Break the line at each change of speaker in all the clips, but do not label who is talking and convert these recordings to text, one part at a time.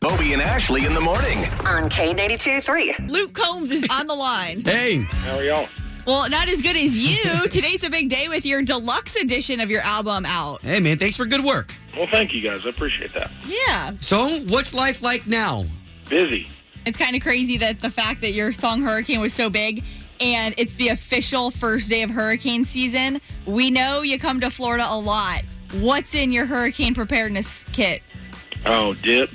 Bobby and Ashley in the morning.
on K82 3.
Luke Combs is on the line.
Hey,
How are y'all?
Well, not as good as you. Today's a big day with your deluxe edition of your album out.
hey, man, thanks for good work.
Well, thank you guys. I appreciate that.
Yeah.
So, what's life like now?
Busy.
It's kind of crazy that the fact that your song Hurricane was so big and it's the official first day of hurricane season. We know you come to Florida a lot. What's in your hurricane preparedness kit?
Oh, dip.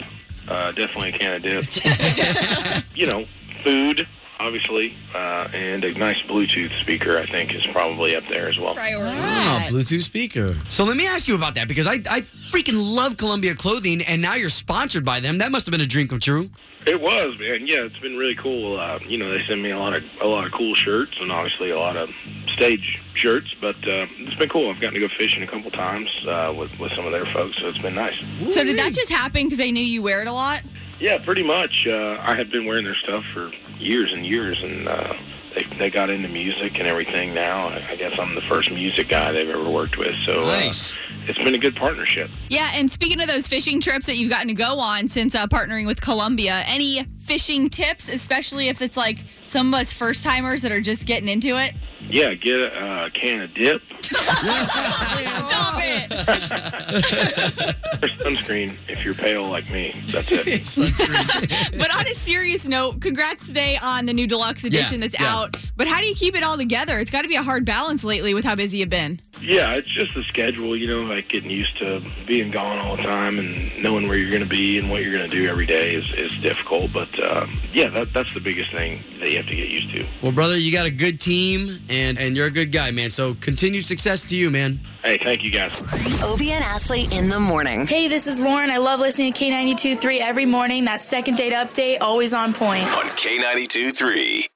Uh, definitely a can of dip. you know, food, obviously, uh, and a nice Bluetooth speaker. I think is probably up there as well.
Priority.
Oh, Bluetooth speaker. So let me ask you about that because I, I freaking love Columbia clothing and now you're sponsored by them. That must have been a dream come true.
It was, man. Yeah, it's been really cool. Uh, you know, they send me a lot of a lot of cool shirts and obviously a lot of stage shirts. But uh, it's been cool. I've gotten to go fishing a couple times uh, with with some of their folks, so it's been nice.
So did that just happen because they knew you wear it a lot?
Yeah, pretty much. Uh, I had been wearing their stuff for years and years, and uh, they they got into music and everything. Now, I I guess I'm the first music guy they've ever worked with. So
Nice.
uh, it's been a good partnership.
Yeah, and speaking of those fishing trips that you've gotten to go on since uh, partnering with Columbia, any fishing tips, especially if it's like some of us first timers that are just getting into it?
Yeah, get a uh, can of dip
Stop it!
or sunscreen if you're pale like me. That's it.
But on a serious note, congrats today on the new deluxe edition
Yeah,
that's
yeah.
out. But how do you keep it all together? It's got to be a hard balance lately with how busy you've been.
Yeah, it's just the schedule, you know, like getting used to being gone all the time and knowing where you're going to be and what you're going to do every day is, is difficult. But um, yeah, that, that's the biggest thing that you have to get used to.
Well, brother, you got a good team and, and you're a good guy, man. So continued success to you, man.
Hey, thank you guys.
Obie and Ashley in the morning.
Hey, this is Lauren. I love listening to K92 3 every morning. That second date update, always on point.
On K92 3.